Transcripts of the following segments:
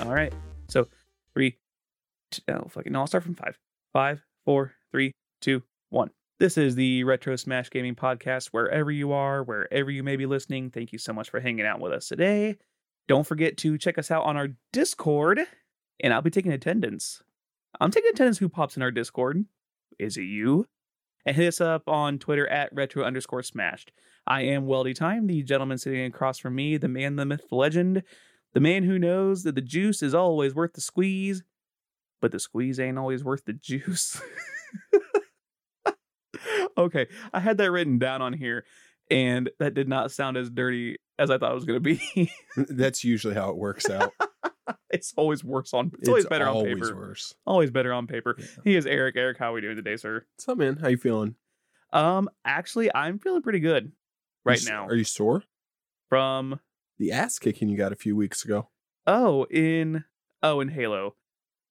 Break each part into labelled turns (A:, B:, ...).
A: All right. So three, two, oh, fucking, no, I'll start from five. Five, four, three, two, one. This is the Retro Smash Gaming Podcast. Wherever you are, wherever you may be listening, thank you so much for hanging out with us today. Don't forget to check us out on our Discord, and I'll be taking attendance. I'm taking attendance who pops in our Discord. Is it you? And hit us up on Twitter at retro underscore smashed. I am Weldy Time, the gentleman sitting across from me, the man, the myth, the legend, the man who knows that the juice is always worth the squeeze, but the squeeze ain't always worth the juice. okay, I had that written down on here, and that did not sound as dirty as I thought it was going to be.
B: That's usually how it works out.
A: it's always worse on. It's, always better on paper.
B: worse.
A: Always better on paper.
B: Yeah.
A: He is Eric. Eric, how are we doing today, sir?
B: What's up, man? How you feeling
A: Um, actually, I'm feeling pretty good right
B: You s-
A: now.
B: Are you sore?
A: From
B: The ass kicking you got a few weeks ago,
A: oh, in oh, in Halo,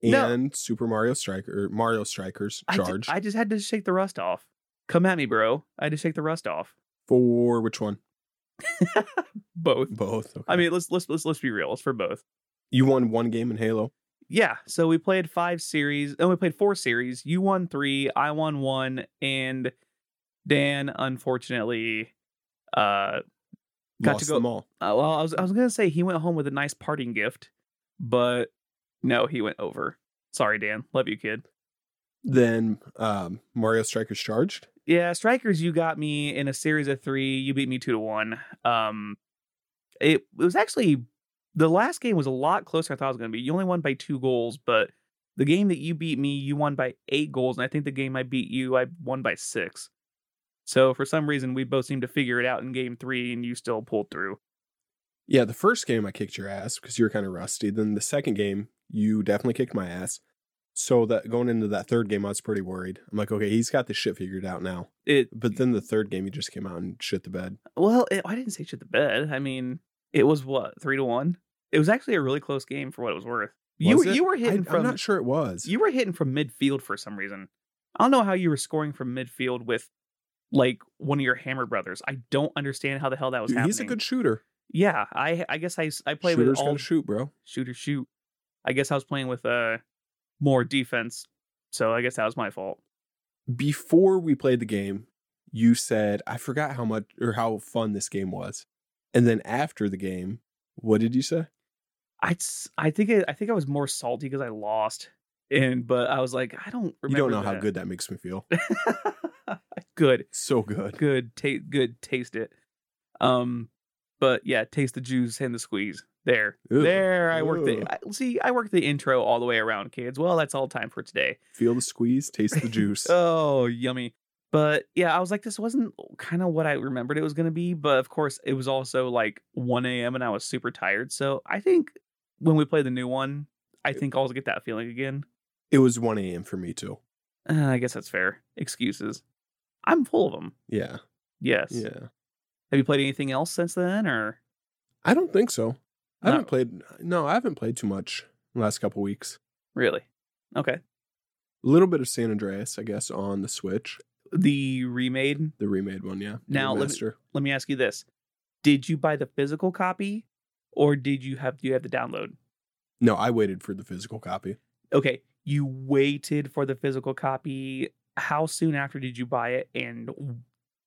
B: and
A: No.
B: Super Mario Striker, or Mario Strikers
A: I ju-
B: Charge
A: I just had to shake the rust off. Come at me, bro. I had to shake the rust off.
B: for which one?
A: Both.
B: Both. Okay.
A: I mean, let's let's let's let's be real. It's for both.
B: you won one game in Halo.
A: Yeah. So we played five series, and we played four series. You won three. I won one, and Dan unfortunately, uh, Got to
B: Lost
A: go-
B: them all.
A: Uh, well, I was I was gonna say he went home with a nice parting gift, but no, he went over. Sorry, Dan. Love you, kid.
B: Then um, Mario Strikers Charged.
A: Yeah, strikers. You got me in a series of three. You beat me two to one. Um, it it was actually the last game was a lot closer. than I thought it was gonna be. You only won by two goals, but the game that you beat me, you won by eight goals, and I think the game I beat you, I won by six. So for some reason, we both seemed to figure it out in game three, and you still pulled through.
B: Yeah, the first game I kicked your ass because you were kind of rusty. Then the second game, you definitely kicked my ass. So that going into that third game, I was pretty worried. I'm like, okay, he's got this shit figured out now.
A: It
B: But then the third game, you just came out and shit the bed.
A: Well, it, I didn't say shit the bed. I mean, it was what three to one. It was actually a really close game for what it was worth. you
B: Was
A: were
B: it?
A: you were hitting
B: I,
A: from
B: I'm not sure it was.
A: you were hitting from midfield for some reason. I don't know how you were scoring from midfield with like one of your Hammer brothers. I don't understand how the hell that was
B: Dude,
A: happening.
B: he's a good shooter.
A: yeah. I I guess I s- I play
B: Shooters
A: with all
B: gotta shoot, bro.
A: shooter shoot. I guess I was playing with uh more defense, so I guess that was my fault.
B: Before we played the game, you said I forgot how much or how fun this game was, and then after the game, what did you say?
A: I s- I think it, I think I was more salty because I lost. And but I was like, I don't
B: You
A: remember.
B: don't know how
A: that.
B: good that makes me feel.
A: good,
B: So good.
A: good, ta- good, taste it. Um, but yeah, taste the juice and the squeeze. There,
B: Ew.
A: there. I worked the
B: Ew.
A: I, see. I worked the intro all the way around, kids. Well, that's all time for today.
B: Feel the squeeze, taste the juice.
A: Oh, yummy. But yeah, I was like, this wasn't kind of what I remembered it was going to be. But of course, it was also like 1 a.m. and I was super tired. So I think when we play the new one, I think I'll get that feeling again.
B: It was 1 a.m. for me too.
A: Uh, I guess that's fair. Excuses. I'm full of them.
B: Yeah.
A: Yes.
B: Yeah.
A: Have you played anything else since then or?
B: I don't think so. I
A: No.
B: haven't played no, I haven't played too much in the last couple weeks.
A: Really? Okay.
B: A little bit of San Andreas, I guess, on the Switch.
A: The remade.
B: The remade one, yeah. The
A: Now, let me-
B: remaster.
A: Let me ask you this: Did you buy the physical copy, or did you have do you have the download?
B: No, I waited for the physical copy.
A: Okay, you waited for the physical copy. How soon after did you buy it, and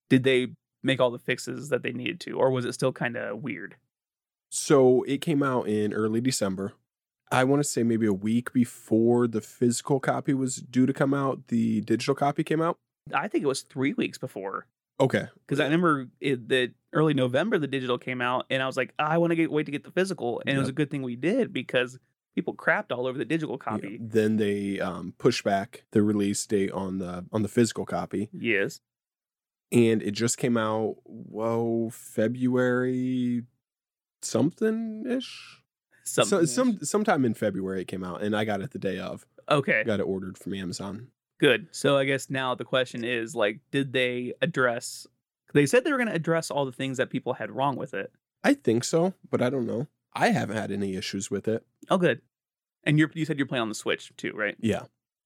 A: did they make all the fixes that they needed to, or was it still kind of weird?
B: So it came out in early December. I want to say maybe a week before the physical copy was due to come out, the digital copy came out.
A: I think it was three weeks before
B: Okay.
A: because I remember it, that early November the digital came out, and I was like, I want to get wait to get the physical, and it was
B: Yep.
A: a good thing we did because people crapped all over the digital
B: Yeah.
A: copy.
B: Then they um, pushed back the release date on the on the physical copy,
A: Yes.
B: and it just came out. Whoa, February something ish. So,
A: Something.
B: some sometime in February it came out, and I got it the day of.
A: okay.
B: Got it ordered from Amazon.
A: Good. So I guess now the question is like, did they address? They said they were going to address all the things that people had wrong with it.
B: I think so, but I don't know. I haven't had any issues with it.
A: Oh, good. And you are you said you're playing on the Switch too, right?
B: Yeah,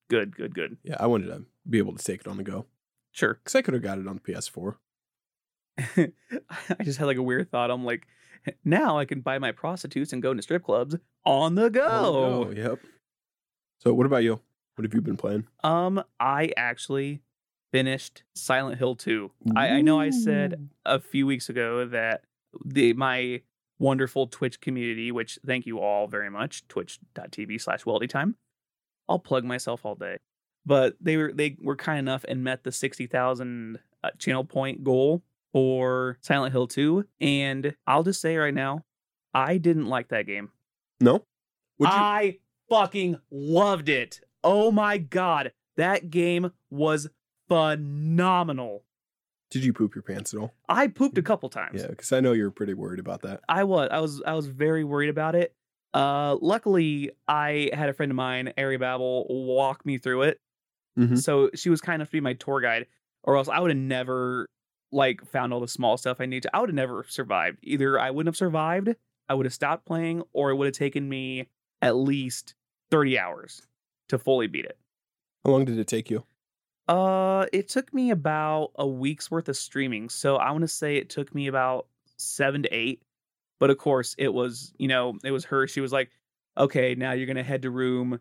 A: Good, good, good.
B: yeah. I wanted to be able to take it on the go.
A: Sure.
B: Because I could have got it on the PS4.
A: I just had like a weird thought. I'm like, Now I can buy my prostitutes and go into strip clubs on the go.
B: Oh, yep. So, what about you? What have you been playing?
A: Um, I actually finished Silent Hill 2. I, I know I said a few weeks ago that the my wonderful Twitch community, which thank you all very much, twitch.tv slash weldytime. I'll plug myself all day. But they were they were kind enough and met the 60,000 uh, channel point goal for Silent Hill 2 and I'll just say right now I didn't like that game.
B: No. Would you?
A: I fucking loved it. Oh my god, that game was phenomenal.
B: did you poop your pants at all?
A: I pooped a couple times.
B: Mm. Yeah, because I know you're pretty worried about that.
A: I was. I was. I was very worried about it. Uh, luckily, I had a friend of mine, Ari Babel, walk me through it.
B: Mhm.
A: So she was kind enough to be my tour guide, or else I would have never like found all the small stuff I need to. I would have never survived. Either I wouldn't have survived, I would have stopped playing, or it would have taken me at least thirty hours to fully beat it.
B: How long did it take you?
A: Uh, it took me about a week's worth of streaming. So I want to say it took me about seven to eight. But of course, it was you know it was her. She was like, "Okay, now you're gonna head to room,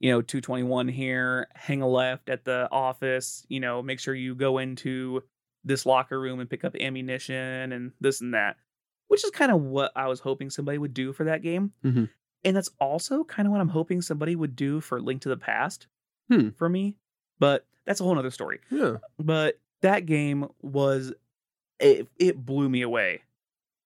A: you know, two twenty one here. Hang a left at the office. You know, make sure you go into this locker room and pick up ammunition and this and that." Which is kind of what I was hoping somebody would do for that game,
B: Mhm.
A: and that's also kind of what I'm hoping somebody would do for Link to the Past
B: Hmm.
A: for me. But that's a whole nother story
B: Yeah.
A: but that game was it, it blew me away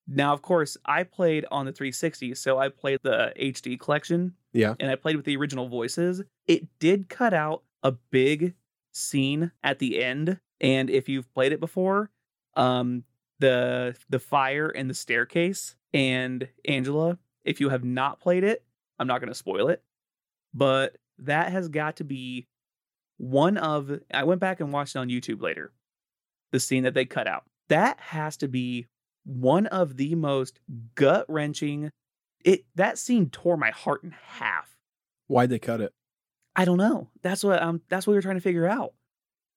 A: now of course i played on the 360 so i played the hd collection
B: Yeah.
A: and i played with the original voices it did cut out a big scene at the end and if you've played it before um the the fire and the staircase and angela if you have not played it i'm not going to spoil it but that has got to be one of I went back and watched it on YouTube later. The scene that they cut out. That has to be one of the most gut-wrenching it that scene tore my heart in half.
B: Why'd they cut it?
A: I don't know. That's what um that's what we were trying to figure out.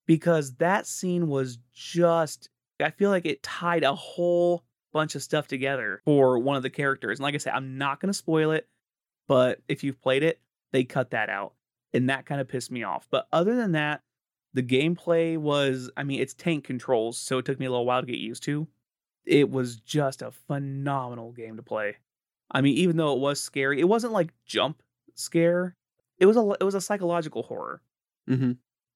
A: Because that scene was just I feel like it tied a whole bunch of stuff together for one of the characters. And like I said, I'm not gonna spoil it, but if you've played it, they cut that out. And that kind of pissed me off. But other than that, the gameplay was I mean, it's tank controls, so it took me a little while to get used to. It was just a phenomenal game to play. I mean, even though it was scary, it wasn't like jump scare it was a it was a psychological horror.
B: Mm-hmm.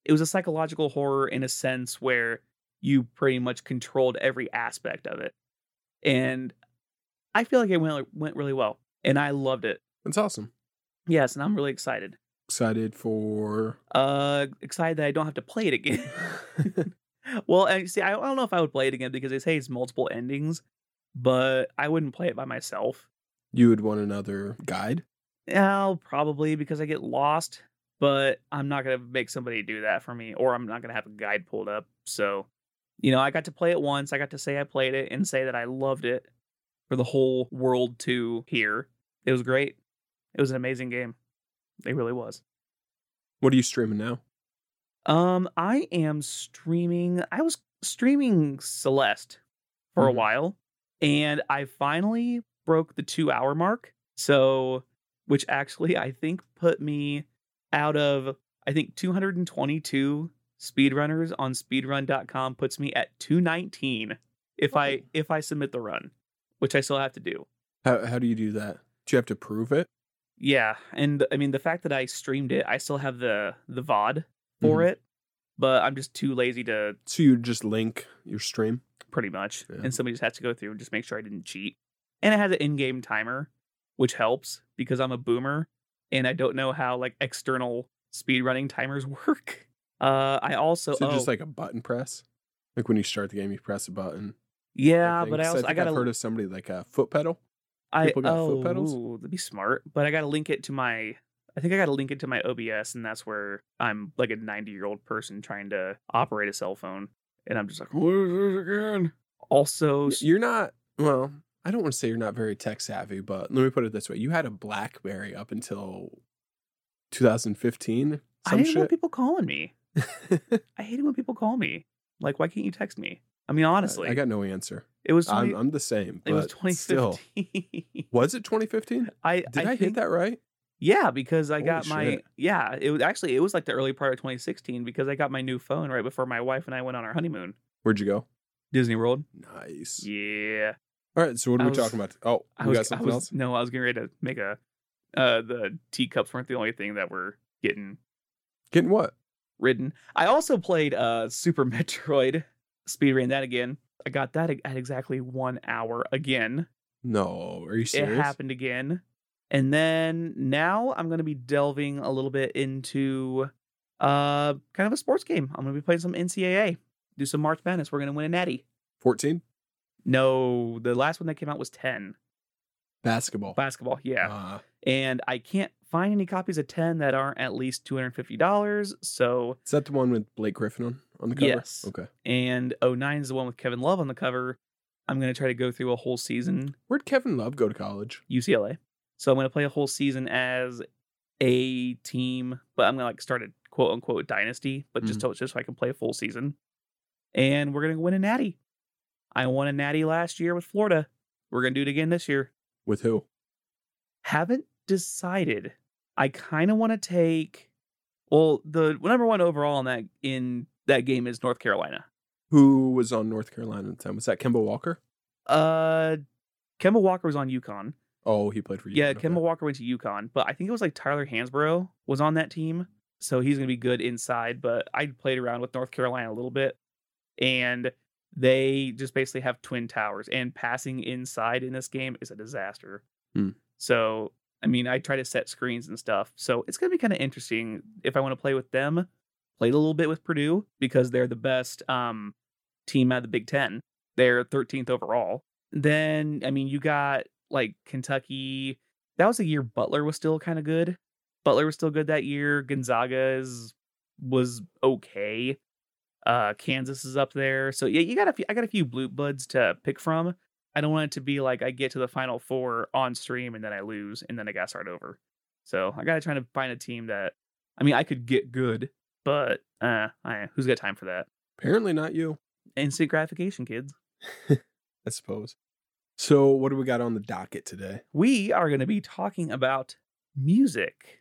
A: It was a psychological horror in a sense where you pretty much controlled every aspect of it, and I feel like it went went really well, and I loved it.
B: That's awesome.
A: Yes, and I'm really excited.
B: Excited for.
A: Uh, excited that I don't have to play it again. well, and see, I, I don't know if I would play it again because they say it's multiple endings, but I wouldn't play it by myself.
B: you would want another guide.
A: Well, probably because I get lost, but I'm not gonna make somebody do that for me, or I'm not gonna have a guide pulled up. So, you know, I got to play it once. I got to say I played it and say that I loved it for the whole world to hear. It was great. It was an amazing game. It really was.
B: What are you streaming now?
A: Um, I am streaming. I was streaming Celeste for a
B: Mhm.
A: while, and I finally broke the two hour mark. So, which actually I think put me out of I think 222 speedrunners on speedrun.com puts me at 219 if I
B: Oh.
A: if I submit the run, which I still have to do.
B: How how do you do that? Do you have to prove it?
A: Yeah, and I mean the fact that I streamed it, I still have the the VOD for
B: Mhm.
A: it, but I'm just too lazy to
B: So you just link your stream.
A: pretty much.
B: Yeah.
A: And somebody just has to go through and just make sure I didn't cheat. And it has an in-game timer, which helps because I'm a boomer and I don't know how like external speedrunning timers work. Uh I also
B: So just
A: oh,
B: like a button press, like when you start the game, you press a button.
A: yeah,
B: think.
A: but I
B: 'Cause
A: also I,
B: think
A: gotta
B: I've heard of somebody like a foot pedal.
A: I
B: people got
A: oh,
B: foot pedals?
A: ooh, that'd be smart. But I gotta link it to my I think I gotta link it to my OBS and that's where I'm like a 90 year old person trying to operate a cell phone. And I'm just like,
B: What is this again?
A: also, s-
B: You're not. Well, I don't want to say you're not very tech savvy, but let me put it this way: you had a BlackBerry up until 2015.
A: I
B: Some
A: hate when
B: shit.
A: people calling me. I hate it when people call me. Like, why can't you text me? I mean, honestly,
B: I, I got no answer.
A: it was 20,
B: I'm, I'm the same.
A: it was
B: but Still,
A: 2015.
B: was it 2015?
A: I
B: Did I, hit
A: think-
B: that right?
A: Yeah, because I
B: Holy
A: got my
B: shit.
A: yeah. It was actually it was like the early part of 2016 because I got my new phone right before my wife and I went on our honeymoon.
B: Where'd you go?
A: Disney World.
B: Nice.
A: Yeah,
B: All right. So what are
A: I
B: we
A: was-
B: talking about? Oh,
A: I
B: we
A: was.
B: got
A: I
B: something
A: was
B: else.
A: no, I was getting ready to make a. Uh, the teacups weren't the only thing that were getting
B: Getting what?
A: ridden. I also played uh Super Metroid. Speed ran that again. I got that e, at exactly one hour again.
B: No, are you
A: it
B: serious?
A: happened again. And then now I'm going to be delving a little bit into uh kind of a sports game. I'm going to be playing some NCAA, do some March Madness. We're going to win a natty.
B: 14
A: No, the last one that came out was 10
B: basketball.
A: basketball. Yeah.
B: Ah,
A: and I can't find any copies of 10 that aren't at least $250. So,
B: is that the one with Blake Griffin on, on the cover?
A: Yes.
B: Okay.
A: and 09 is the one with Kevin Love on the cover. I'm going to try to go through a whole season
B: Where'd Kevin Love go to college?
A: UCLA. So I'm going to play a whole season as a team, but I'm going to like start a quote unquote dynasty, but just so, just so I can play a full season. And we're going to win a natty. I won a natty last year with Florida. We're going to do it again this year.
B: With who?
A: Haven't decided. I kind of want to take well, the number 1 overall in that in that game is North Carolina.
B: Who was on North Carolina at the time? Was that Kemba Walker?
A: Uh Kemba Walker was on UConn.
B: Oh, he played for you.
A: Yeah, Kemba Walker went to UConn, but I think it was like Tyler Hansborough was on that team, so he's gonna be good inside. But I played around with North Carolina a little bit, and they just basically have twin towers, and passing inside in this game is a disaster.
B: Hmm.
A: So I mean, I try to set screens and stuff, so it's gonna be kind of interesting if I want to play with them. Played a little bit with Purdue because they're the best um, team out of the Big Ten. They're 13th overall. Then I mean, you got like Kentucky, that was a year Butler was still kind of good. Butler was still good that year. Gonzaga's was okay. Uh, Kansas is up there. So yeah, you got a few, I got a few blue buds to pick from. I don't want it to be like I get to the final four on stream and then I lose and then I got to start over. So I got to try to find a team that, I mean, I could get good, but uh, I, who's got time for that?
B: Apparently not you,
A: Instant gratification, kids.
B: I suppose. So what do we got on the docket today?
A: we are going to be talking about music.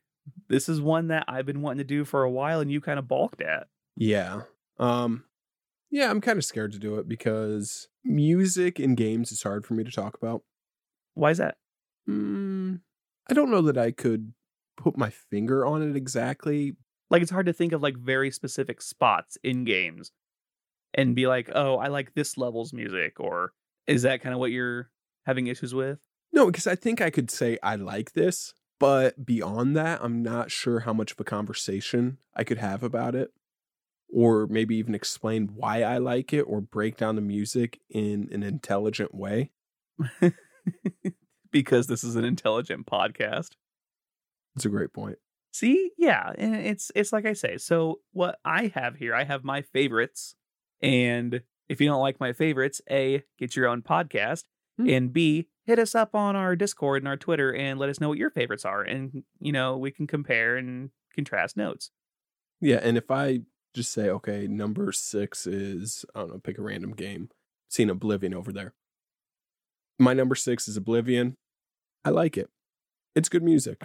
A: This is one that I've been wanting to do for a while and you kind of balked at.
B: Yeah. Um yeah, I'm kind of scared to do it because music in games is hard for me to talk about.
A: Why is that?
B: Mm, I don't know that I could put my finger on it exactly.
A: Like it's hard to think of like very specific spots in games and be like, "Oh, I like this level's music," or is that kind of what you're having issues with?
B: No, because I think I could say I like this, but beyond that, I'm not sure how much of a conversation I could have about it or maybe even explain why I like it or break down the music in an intelligent way.
A: Because this is an intelligent podcast.
B: That's a great point.
A: See, yeah, and it's it's like I say. So what I have here, I have my favorites, and if you don't like my favorites, a get your own podcast,
B: Hmm.
A: and b hit us up on our Discord and our Twitter and let us know what your favorites are, and you know we can compare and contrast notes.
B: Yeah, and if I just say, okay, number six is I don't know, pick a random game. Seen Oblivion over there. My number six is Oblivion. I like it. It's good music.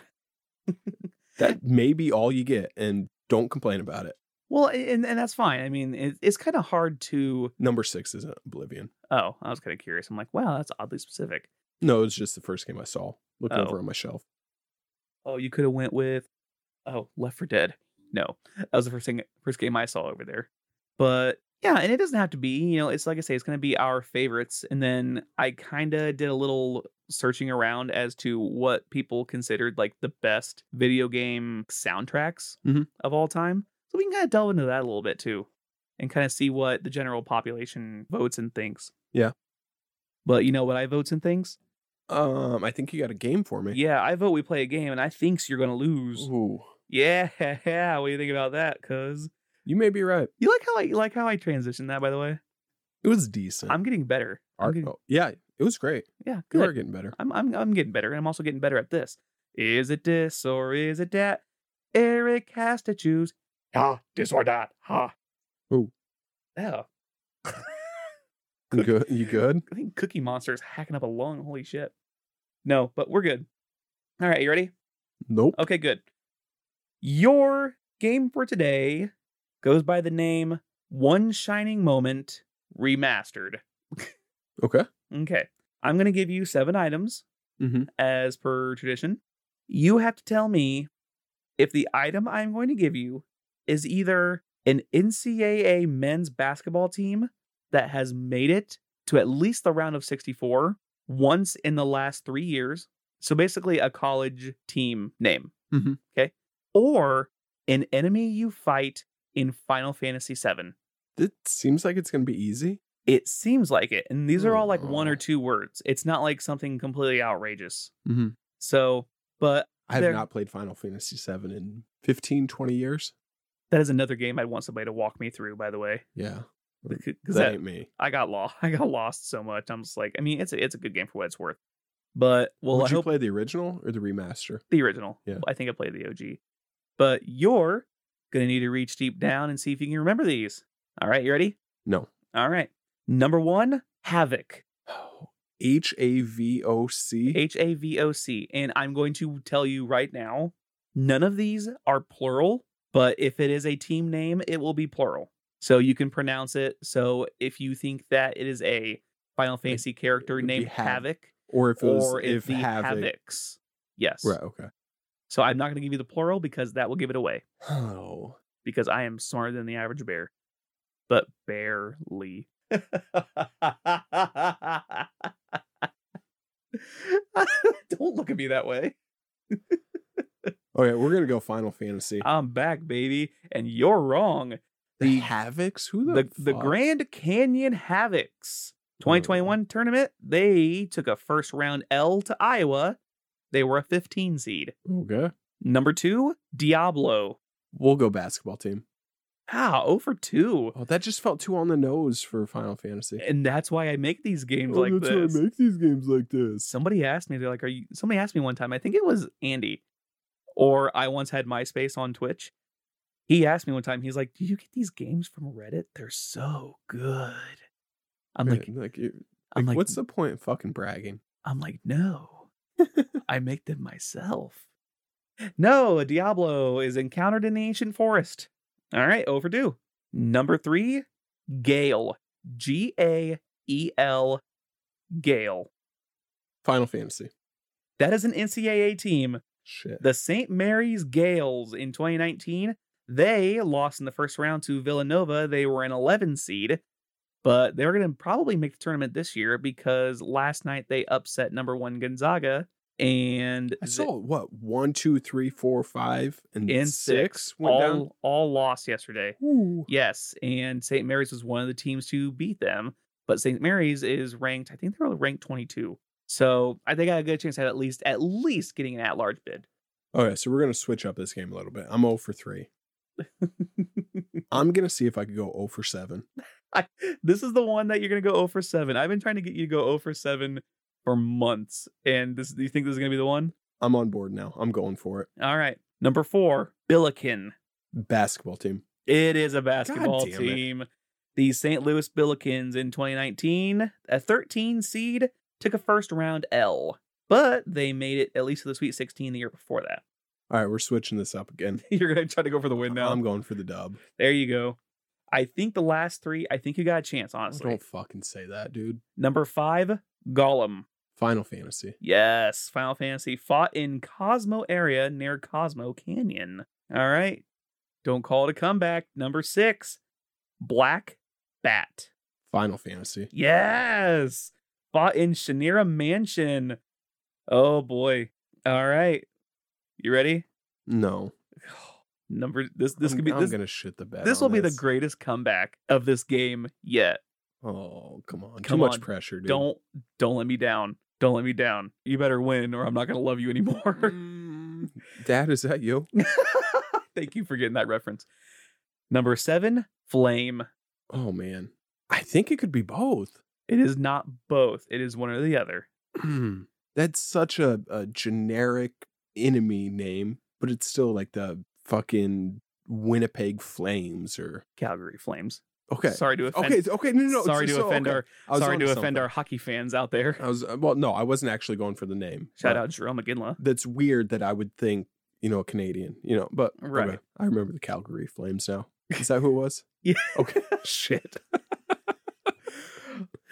B: that may be all you get, and don't complain about it.
A: Well, and and that's fine. I mean, it, it's kind of hard to.
B: Number six isn't Oblivion.
A: Oh, I was kind of curious. I'm like, wow, that's oddly specific.
B: No, it's just the first game I saw. Looking
A: Oh.
B: over on my shelf.
A: Oh, you could have went with oh, Left for Dead. No, that was the first thing, first game I saw over there. But yeah, and it doesn't have to be. You know, it's like I say, it's gonna be our favorites. And then I kind of did a little searching around as to what people considered like the best video game soundtracks
B: Mhm.
A: of all time. So we can kind of delve into that a little bit too, and kind of see what the general population votes and thinks.
B: Yeah.
A: But you know what I votes and thinks?
B: Um, I think you got a game for me.
A: Yeah, I vote we play a game, and I thinks you're gonna lose.
B: Ooh,
A: Yeah, what do you think about that? Cause
B: you may be right.
A: you like how I you like how I transitioned that. By the way,
B: It was decent.
A: I'm getting better. I'm
B: Art-
A: getting-
B: oh, yeah, it was great.
A: yeah,
B: You are
A: good.
B: getting better.
A: I'm I'm I'm getting better, and I'm also getting better at this. Is it this or is it that? Eric has to choose. Ah, this or that. Ha.
B: Ooh.
A: Yeah.
B: You good? You good?
A: I think Cookie Monster is hacking up a lung. Holy shit. No, but we're good. All right, you ready?
B: Nope.
A: Okay, good. Your game for today goes by the name One Shining Moment Remastered. Oh.
B: Okay.
A: Okay. I'm going to give you seven items
B: Mm-hmm.
A: as per tradition. You have to tell me if the item I'm going to give you is either an NCAA men's basketball team that has made it to at least the round of 64 once in the last three years. So basically, a college team name.
B: Mhm.
A: Okay. Or an enemy you fight in Final Fantasy VII.
B: It seems like it's gonna be easy.
A: It seems like it. And these are all like one
B: Oh.
A: or two words. It's not like something completely outrageous.
B: Mm-hmm.
A: So, but
B: I have
A: There-
B: not played Final Fantasy VII in 15, 20 years.
A: That is another game I'd want somebody to walk me through, by the way.
B: Yeah,
A: Because
B: that,
A: that-
B: ain't me.
A: I got lost. I got lost so much. I'm just like, I mean, it's a, it's a good game for what it's worth. But well,
B: Would
A: I
B: you
A: hope
B: play the original or the remaster?
A: the original.
B: Yeah.
A: I think I played the OG. But you're gonna need to reach deep down and see if you can remember these. All right, you ready?
B: No.
A: All right. Number one, Havoc.
B: Oh, H A V O C.
A: H A V O C. And I'm going to tell you right now, none of these are plural, but if it is a team name, it will be plural. So you can pronounce it. So if you think that it is a Final Fantasy
B: it
A: character
B: would be
A: named
B: Hav-
A: Havoc,
B: Or if it was
A: or if
B: if
A: the
B: Havoc.
A: Havocs. Yes.
B: Right. Okay.
A: So I'm not going to give you the plural because that will give it away
B: Oh,
A: because I am smarter than the average bear, but barely. Don't look at me that way.
B: okay. Oh, We're gonna go Final Fantasy.
A: I'm back, baby, and you're wrong. Uh, the-
B: Havocs. Who
A: The the
B: fuck?
A: Grand Canyon Havocs 2021 tournament, they took a first round L to Iowa. They were a 15 seed.
B: Okay.
A: Number two, Diablo.
B: We'll go basketball team.
A: Ah, 0 for 2.
B: Oh, that just felt too on the nose for Final Fantasy.
A: And that's why I make these games
B: Oh,
A: like
B: that's why I
A: this.
B: make these games like this.
A: Somebody asked me, they're like, Are you somebody asked me one time, I think it was Andy, or I once had MySpace on Twitch. He asked me one time, he's like, Do you get these games from Reddit? They're so good. I'm like,
B: Man, like, you-
A: I'm
B: like,
A: like,
B: what's the point in fucking bragging?
A: I'm like, no, I make them myself. No, Diablo is encountered in the ancient forest. All right, overdue. Number three, Gale. G A E L, Gale.
B: Final Fantasy.
A: That is an NCAA team.
B: Shit.
A: The St. Mary's Gales in 2019. They lost in the first round to Villanova. They were an 11 seed, but they're going to probably make the tournament this year because last night they upset number one Gonzaga and
B: I saw what one, two, three, four, five, and,
A: in
B: six,
A: six
B: went
A: all
B: down.
A: all lost yesterday.
B: Ooh.
A: Yes, and St. Mary's was one of the teams to beat them, but St. Mary's is ranked. I think they were ranked 22. So I think I got a good chance at at least at least getting an at large bid.
B: Okay, Oh, so we're gonna switch up this game a little bit. I'm 0 for three. I'm gonna see if I could go 0 for seven.
A: I, this is the one that you're gonna go 0 for 7. I've been trying to get you to go 0 for 7 for months. And this do you think this is gonna be the one?
B: I'm on board now. I'm going for it.
A: All right. Number four, Billiken.
B: Basketball team.
A: It is a basketball
B: damn it.
A: team. The St. Louis Billikens in 2019, a 13 seed, took a first round L, but they made it at least to the Sweet 16 the year before that.
B: All right, we're switching this up again.
A: You're going to try to go for the win now.
B: I'm going for the dub.
A: there you go. I think the last three, I think you got a chance, honestly.
B: Don't fucking say that, dude.
A: Number five, Gollum.
B: Final Fantasy.
A: Yes, Final Fantasy fought in Cosmo area near Cosmo Canyon. All right. Don't call it a comeback. Number six, Black Bat.
B: Final Fantasy.
A: Yes. Fought in Shanira Mansion. Oh boy. All right. You ready?
B: No.
A: Number this this
B: I'm,
A: could be
B: I'm
A: this,
B: gonna shit the bed.
A: this
B: on
A: will be the greatest comeback of this game yet.
B: Oh, come on.
A: Come
B: Too much
A: on.
B: pressure, dude.
A: Don't don't let me down. Don't let me down. You better win or I'm not going to love you anymore.
B: Mm, Dad, is that you?
A: Thank you for getting that reference. Number 7, Flame.
B: Oh man. I think it could be both.
A: It is not both. It is one or the other.
B: That's such a, a generic enemy name, but it's still like the fucking Winnipeg Flames or
A: Calgary Flames.
B: Okay.
A: Sorry to offend.
B: Okay. it's- Okay. No. No. no,
A: sorry
B: it's-
A: to
B: so,
A: offend
B: okay.
A: our
B: I was
A: sorry
B: onto
A: to offend
B: something.
A: our hockey fans out there.
B: I was well. No, I wasn't actually going for the name.
A: Shout
B: but
A: out Jerome McGinley.
B: That's weird that I would think you know a Canadian. You know, but okay.
A: Right.
B: I remember the Calgary Flames now. Is that who it was?
A: Yeah.
B: Okay. Shit.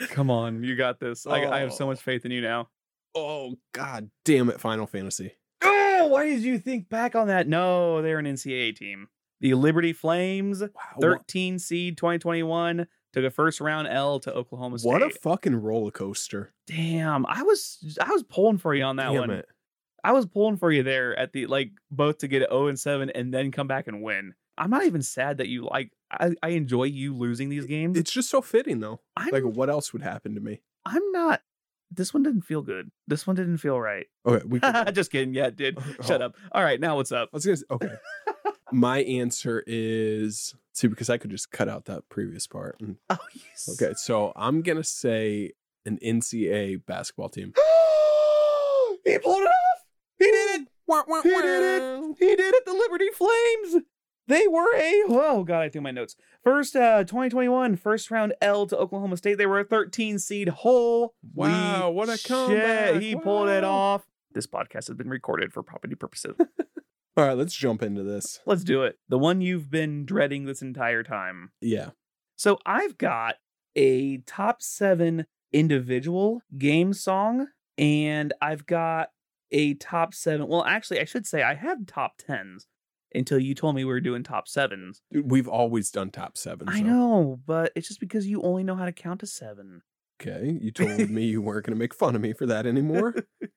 A: Come on, you got this. I, I have so
B: Oh.
A: much faith in you now.
B: Oh God damn it! Final Fantasy.
A: Oh, why did you think back on that? No, they're an NCAA team. The Liberty Flames,
B: Wow. wha-
A: 13 seed 2021, took a first round L to Oklahoma State.
B: What a fucking roller coaster.
A: Damn, I was I was pulling for you on that
B: Damn
A: one.
B: it.
A: I was pulling for you there at the like both to get 0 and 7 and then come back and win. I'm not even sad that you like I, I enjoy you losing these games.
B: It's just so fitting though.
A: I'm
B: Like, what else would happen to me?
A: I'm not this one didn't feel good. This one didn't feel right.
B: Okay. We. Could,
A: Just kidding. Yeah, it did. Shut
B: Oh.
A: up. All right, now what's up?
B: I was gonna say, okay. My answer is see because I could just cut out that previous part. and-
A: Oh, yes.
B: Okay, so I'm gonna say an NCAA basketball team.
A: he pulled it off. He did it. He did it. He did it. The Liberty Flames. They were a oh god, I threw my notes. First, uh, 2021 first round L to Oklahoma State. They were a 13 seed. Whole
B: Wow, what a
A: shit!
B: comeback.
A: He pulled it
B: Wow.
A: off. This podcast has been recorded for property purposes.
B: All right, let's jump into this.
A: Let's do it. The one you've been dreading this entire time.
B: Yeah.
A: So I've got a top seven individual game song, and I've got a top seven. Well, actually, I should say I had top tens until you told me we were doing top sevens.
B: Dude, We've always done top seven.
A: I
B: so-
A: know, but it's just because you only know how to count to seven.
B: Okay. You told me you weren't gonna make fun of me for that anymore.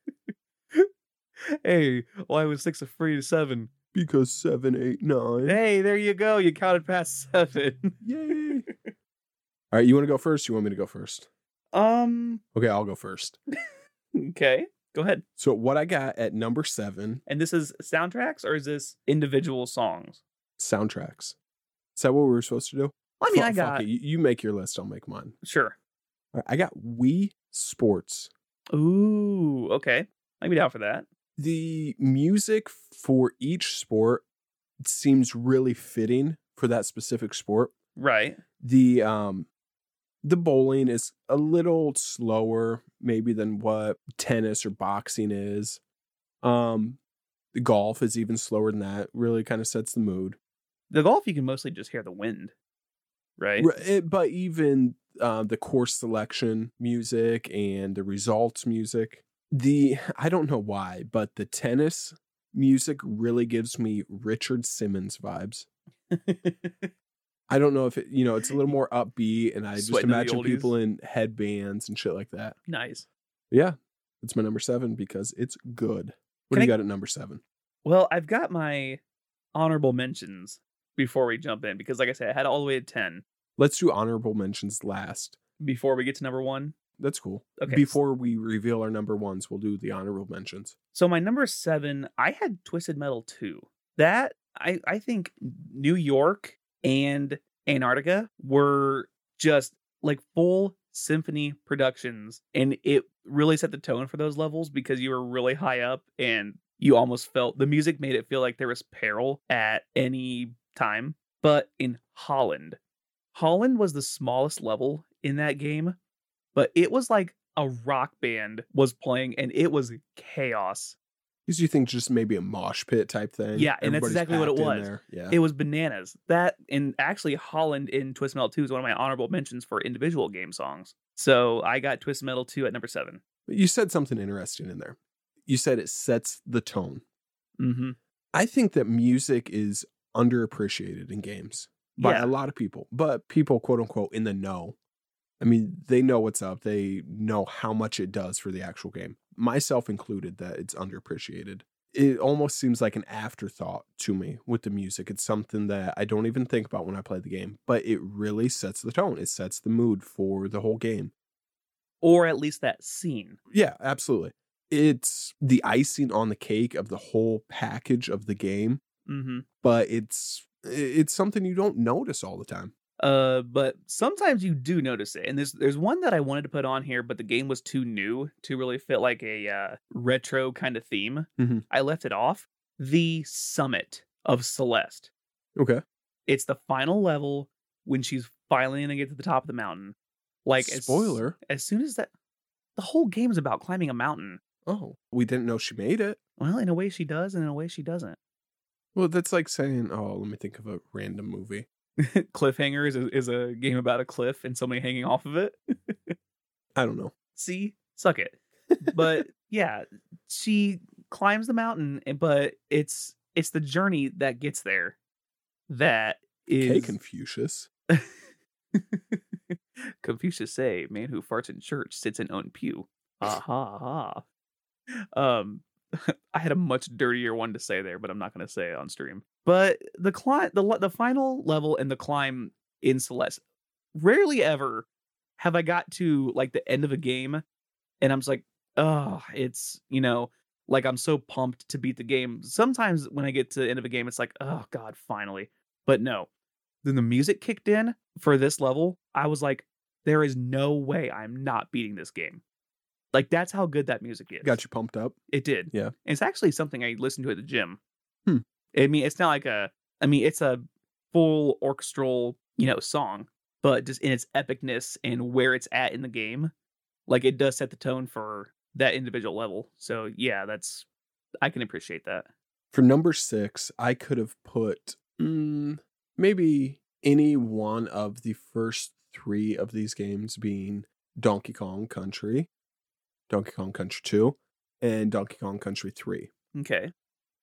A: Hey, why was six a free to seven?
B: because seven, eight, nine.
A: Hey, there you go. You counted past seven.
B: Yay. All right, you wanna go first? You want me to go first?
A: um.
B: Okay, I'll go first.
A: Okay. Go ahead.
B: So what I got at number seven
A: And this is soundtracks, or is this individual songs?
B: soundtracks. Is that what we were supposed to do?
A: I mean,
B: Fu-
A: I
B: fuck
A: got
B: it. You, you make your list. I'll make mine.
A: sure.
B: All right, I got Wii Sports.
A: Ooh, okay. I'd be down for that.
B: The music for each sport seems really fitting for that specific sport.
A: Right.
B: The um, the bowling is a little slower, maybe than what tennis or boxing is. Um, the golf is even slower than that. Really, kind of sets the mood.
A: The golf, you can mostly just hear the wind. Right.
B: Right, it- eh, but even uh, the course selection music and the results music. The I don't know why, but the tennis music really gives me Richard Simmons vibes. I don't know if it, you know, it's a little more upbeat, and I just
A: Sweating to the
B: imagine
A: oldies.
B: people in headbands and shit like that.
A: nice.
B: Yeah, it's my number seven because it's good.
A: Can
B: What
A: I-
B: do you got at number seven?
A: Well, I've got my honorable mentions before we jump in because, like I said, I had all the way to 10
B: Let's do honorable mentions last.
A: before we get to number one.
B: That's cool.
A: Okay.
B: Before we reveal our number ones, we'll do the honorable mentions.
A: So, my number seven, I had Twisted Metal 2. That, I, I think New York and Antarctica were just like full symphony productions and it really set the tone for those levels because you were really high up and you almost felt the music made it feel like there was peril at any time but in holland holland was the smallest level in that game but it was like a rock band was playing and it was chaos
B: Because you think just maybe a mosh pit type thing.
A: Yeah, and that's
B: Everybody's
A: exactly what it
B: packed in
A: was.
B: there. Yeah.
A: it was bananas that and actually holland in twist metal 2 is one of my honorable mentions for individual game songs so i got twist metal 2 at number 7
B: But you said something interesting in there. You said it sets the tone.
A: mm-hmm
B: I think that music is underappreciated in games by
A: Yeah.
B: a lot of people, but people, quote unquote, in the know. I mean, they know what's up. They know how much it does for the actual game, myself included, that it's underappreciated. It almost seems like an afterthought to me with the music. It's something that I don't even think about when I play the game, but it really sets the tone. It sets the mood for the whole game.
A: or at least that scene
B: Yeah, absolutely. It's the icing on the cake of the whole package of the game,
A: mm-hmm
B: but it's it's something you don't notice all the time.
A: Uh, but sometimes you do notice it. And there's there's one that I wanted to put on here, but the game was too new to really fit like a uh, retro kind of theme.
B: Mhm.
A: I left it off. The summit of Celeste.
B: Okay.
A: It's the final level when she's finally gonna get to the top of the mountain. Like as-
B: spoiler.
A: As, soon as that, the whole game is about climbing a mountain.
B: Oh, we didn't know she made it.
A: Well, in a way she does, and in a way she doesn't.
B: Well, that's like saying, oh, let me think of a random movie.
A: Cliffhanger is a, is a game about a cliff and somebody hanging off of it.
B: I don't know.
A: See, suck it. But yeah, she climbs the mountain, eh, but it's it's the journey that gets there that
B: Hey,
A: is
B: Confucius.
A: Confucius say, "Man who farts in church sits in own pew." Ah ha ha. Um, I had a much dirtier one to say there, but I'm not going to say it on stream. But the climb, the le- the final level and the climb in Celeste. Rarely ever have I got to like the end of a game, and I'm just like, oh, it's you know, like I'm so pumped to beat the game. Sometimes when I get to the end of a game, it's like, oh god, finally. But no, then the music kicked in for this level, I was like, there is no way I'm not beating this game. Like that's how good that music is.
B: Got you pumped up.
A: It did.
B: Yeah.
A: It's actually something I listened to at the gym.
B: Hmm.
A: I mean, it's not like a. I mean, it's a full orchestral, you know, song, but just in its epicness and where it's at in the game, like it does set the tone for that individual level. So yeah, that's I can appreciate that.
B: For number six, I could have put mm, maybe any one of the first three of these games being Donkey Kong Country, Donkey Kong Country 2, and Donkey Kong Country 3.
A: Okay.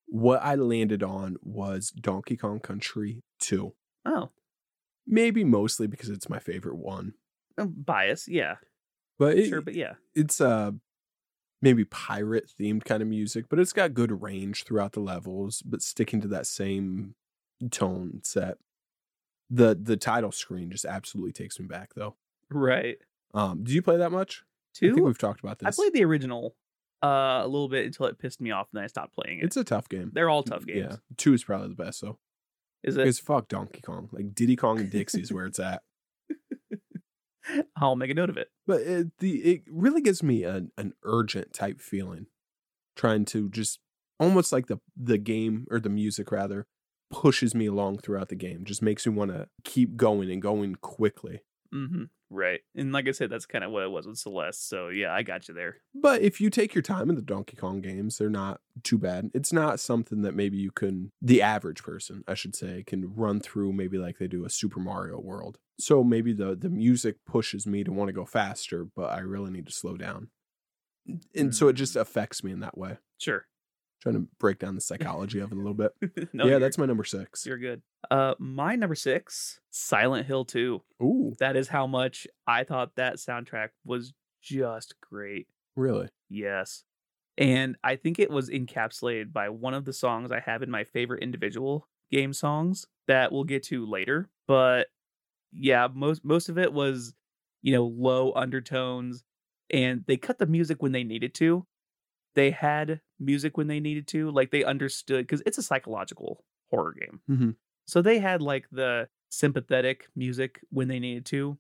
B: What I landed on was Donkey Kong Country 2.
A: Oh,
B: Maybe mostly because it's my favorite one.
A: i oh, bias. Yeah.
B: But, it,
A: sure, but yeah.
B: it's uh maybe pirate themed kind of music, but it's got good range throughout the levels, but sticking to that same tone set. The the title screen just absolutely takes me back though.
A: Right.
B: Um, do you play that much? I think
A: Two.
B: we've talked about
A: I
B: this.
A: played the original uh, a little bit until it pissed me off, and then I stopped playing it.
B: it's a tough game.
A: They're all tough games.
B: Yeah. Two is probably the best though.
A: Is it?
B: Because fuck Donkey Kong. Like Diddy Kong and Dixie is where it's at.
A: I'll make a note of it.
B: But it the it really gives me an, an urgent type feeling. Trying to just almost like the the game or the music rather pushes me along throughout the game. Just makes me want to keep going and going quickly. Mm-hmm.
A: hmm Right. And like I said, that's kind of what it was with Celeste. So yeah, I got you there.
B: But if you take your time in the Donkey Kong games, they're not too bad. It's not something that maybe you can the average person, I should say, can run through maybe like they do a Super Mario World. So maybe the the music pushes me to want to go faster, but I really need to slow down. And so it just
A: Mm.
B: affects me in that way.
A: Sure.
B: trying to break down the psychology of it a little bit.
A: no,
B: yeah,
A: you're-
B: that's my number six.
A: you're good. Uh, my number six, Silent Hill Two.
B: Ooh,
A: That is how much I thought that soundtrack was just great.
B: really?
A: Yes. And I think it was encapsulated by one of the songs I have in my favorite individual game songs that we'll get to later. But yeah, most most of it was, you know, low undertones and they cut the music when they needed to. They had music when they needed to, like they understood cuz it's a psychological horror game.
B: Mhm.
A: So they had like the sympathetic music when they needed to,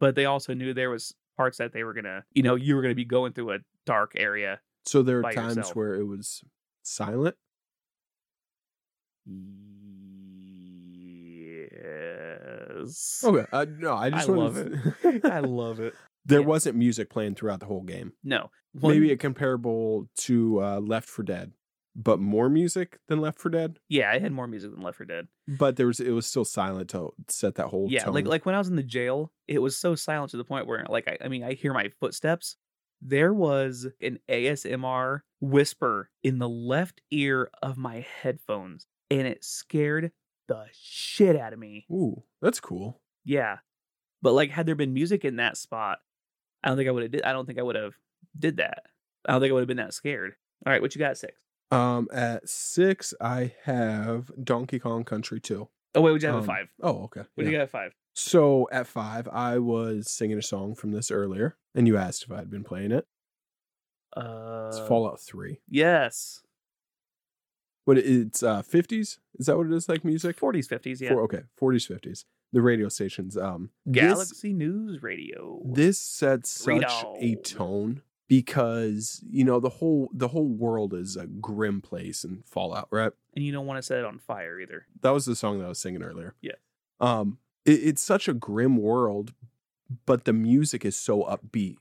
A: but they also knew there was parts that they were going to, you know, you were going to be going through a dark area.
B: So there are
A: By
B: times
A: yourself.
B: where it was silent.
A: Yes.
B: Okay, uh, no, I just
A: I
B: wanted
A: love
B: to-
A: it. Oh, I love it.
B: there
A: Yeah.
B: wasn't music playing throughout the whole game.
A: No. One-
B: Maybe a comparable to uh, Left for Dead, but more music than Left for Dead.
A: yeah, I had more music than Left 4 Dead.
B: But there was it was still silent to set that whole
A: Mm. yeah
B: tone.
A: like like when i was in the jail it was so silent to the point where like i, I mean i hear my footsteps there was an asmr whisper in the left ear of my headphones and it scared the shit out of me
B: ooh, that's cool.
A: yeah but like had there been music in that spot i don't think i would have did i don't think i would have did that i don't think i would have been that scared all right what you got at six?
B: Um, at six, I have Donkey Kong Country Two.
A: Oh wait would you have
B: Um,
A: a five
B: Oh, okay.
A: what
B: yeah.
A: do you got at five
B: So at five, I was singing a song from this earlier, and you asked if I'd been playing it.
A: uh
B: It's Fallout Three.
A: yes
B: What it's uh fifties? Is that what it is like music?
A: 40s 50s yeah
B: Four- okay, forties, fifties. The radio stations. Um, this,
A: galaxy news radio
B: this set such a
A: Freedom.
B: tone because you know the whole the whole world is a grim place in Fallout, right?
A: and you don't want to set it on fire either.
B: That was the song that I was singing earlier.
A: Yeah.
B: Um, it, it's such a grim world, but the music is so upbeat.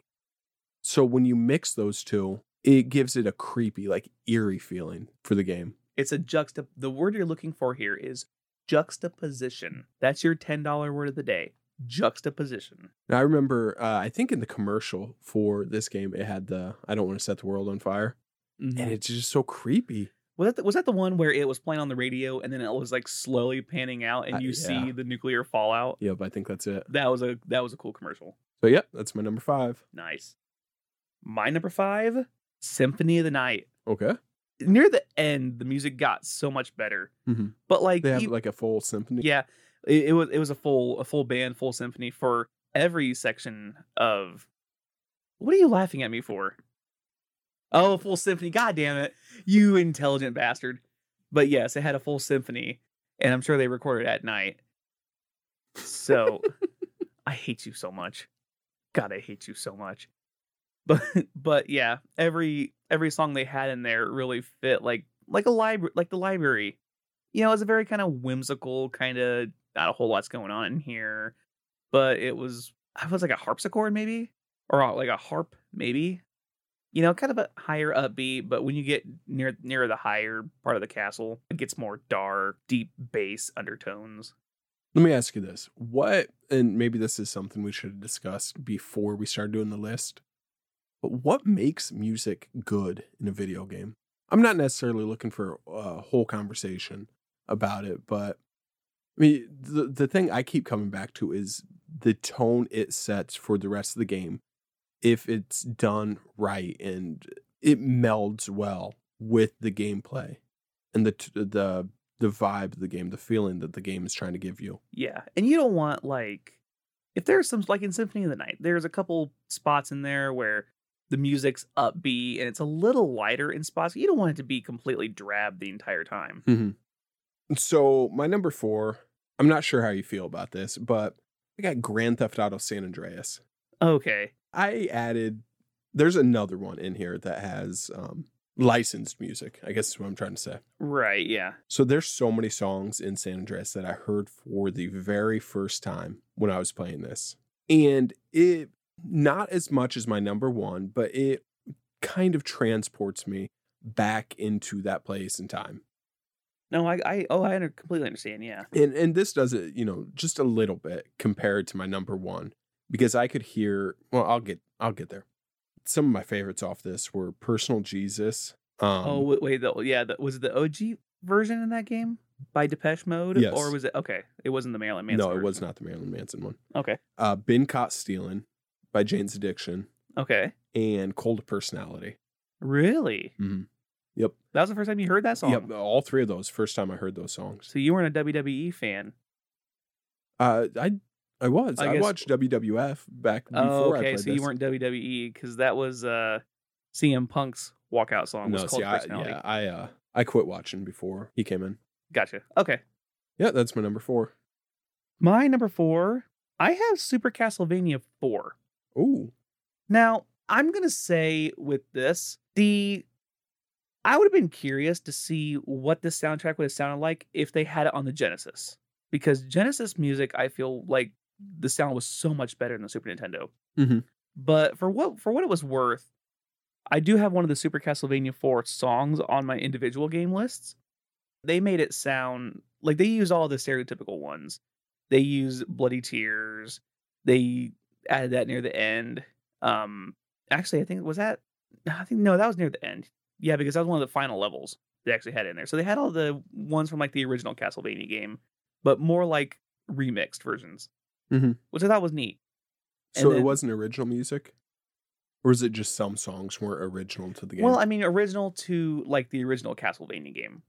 B: So when you mix those two, it gives it a creepy, like eerie feeling for the game.
A: It's a juxta. The word you're looking for here is juxtaposition. That's your $10 word of the day. Juxtaposition.
B: Now, I remember, uh, I think in the commercial for this game, it had the I don't want to set the world on fire.
A: Mm-hmm.
B: And it's just so creepy.
A: Was that, the, was that the one where it was playing on the radio and then it was like slowly panning out
B: Uh,
A: and you see
B: yeah.
A: the nuclear fallout?
B: Yep, I think that's it.
A: That was a that was a cool commercial.
B: So, yep, that's my number five.
A: Nice. My number five, Symphony of the Night.
B: Okay.
A: Near the end, the music got so much better.
B: Mhm.
A: But like,
B: They have
A: e-
B: like a full symphony.
A: yeah, it, it was it was a full a full band, full symphony for every section of. What are you laughing at me for? Oh, a full symphony! God damn it, you intelligent bastard! But yes, it had a full symphony, and I'm sure they recorded at night. So, I hate you so much. God, I hate you so much. But but yeah, every every song they had in there really fit like like a library like the library you know, it was a very kind of whimsical, kind of not a whole lot's going on in here, but it was I was like a harpsichord maybe, or uh, like a harp maybe, you know, kind of a higher upbeat. But when you get near near the higher part of the castle, it gets more dark, deep bass undertones.
B: Let me ask you this. What, and maybe this is something we should have discussed before we started doing the list, but what makes music good in a video game? I'm not necessarily looking for a whole conversation about it, but I mean, the, the thing I keep coming back to is the tone it sets for the rest of the game. If it's done right and it melds well with the gameplay and the, t- the, the vibe of the game, the feeling that the game is trying to give you.
A: Yeah, and you don't want like if there's some like in Symphony of the Night, there's a couple spots in there where the music's upbeat and it's a little lighter in spots. You don't want it to be completely drab the entire time.
B: So my number four, I'm not sure how you feel about this, but I got Grand Theft Auto San Andreas.
A: Okay.
B: I added there's another one in here that has um licensed music, I guess is what I'm trying to say.
A: Right, yeah.
B: So there's so many songs in San Andreas that I heard for the very first time when I was playing this. And it not as much as my number one, but it kind of transports me back into that place and time.
A: No, I, I oh, I under- completely understand. Yeah,
B: and and this does it you know just a little bit compared to my number one because i could hear well i'll get i'll get there some of my favorites off this were personal jesus um
A: oh, wait, wait the, yeah, the, was it the OG version in that game by Depeche Mode,
B: Yes.
A: or was it okay? It wasn't the Marilyn Manson.
B: no it
A: version.
B: was not the marilyn manson one
A: Okay,
B: uh been caught stealing by jane's addiction
A: okay,
B: and cold personality
A: really?
B: Mhm. Yep.
A: that was the first time you heard that Mm-hmm. song.
B: yep all three of those first time i heard those songs
A: So you weren't a WWE fan.
B: uh i i was
A: I
B: i,
A: guess-
B: watched wwf back before
A: oh,
B: i
A: okay,
B: played
A: so you
B: this.
A: weren't WWE because that was uh CM Punk's walkout song.
B: no
A: was Cult
B: see i
A: Personality.
B: yeah i uh i quit watching before he came in
A: Gotcha. Okay,
B: yeah that's my number four
A: my number four. I have Super Castlevania four.
B: Ooh.
A: Now, I'm going to say with this, the I would have been curious to see what this soundtrack would have sounded like if they had it on the Genesis. Because Genesis music, I feel like the sound was so much better than the Super Nintendo.
B: Mhm.
A: But for what for what it was worth, I do have one of the Super Castlevania 4 songs on my individual game lists. They made it sound like they use all the stereotypical ones. They use Bloody Tears. They added that near the end. Um, actually, I think was that. I think no, that was near the end. Yeah, because that was one of the final levels they actually had in there. So they had all the ones from like the original Castlevania game, but more like remixed versions,
B: Mhm.
A: which I thought was neat. And
B: So it
A: then-
B: wasn't original music? Or is it just some songs weren't original to the game?
A: Well, I mean, original to like the original Castlevania game.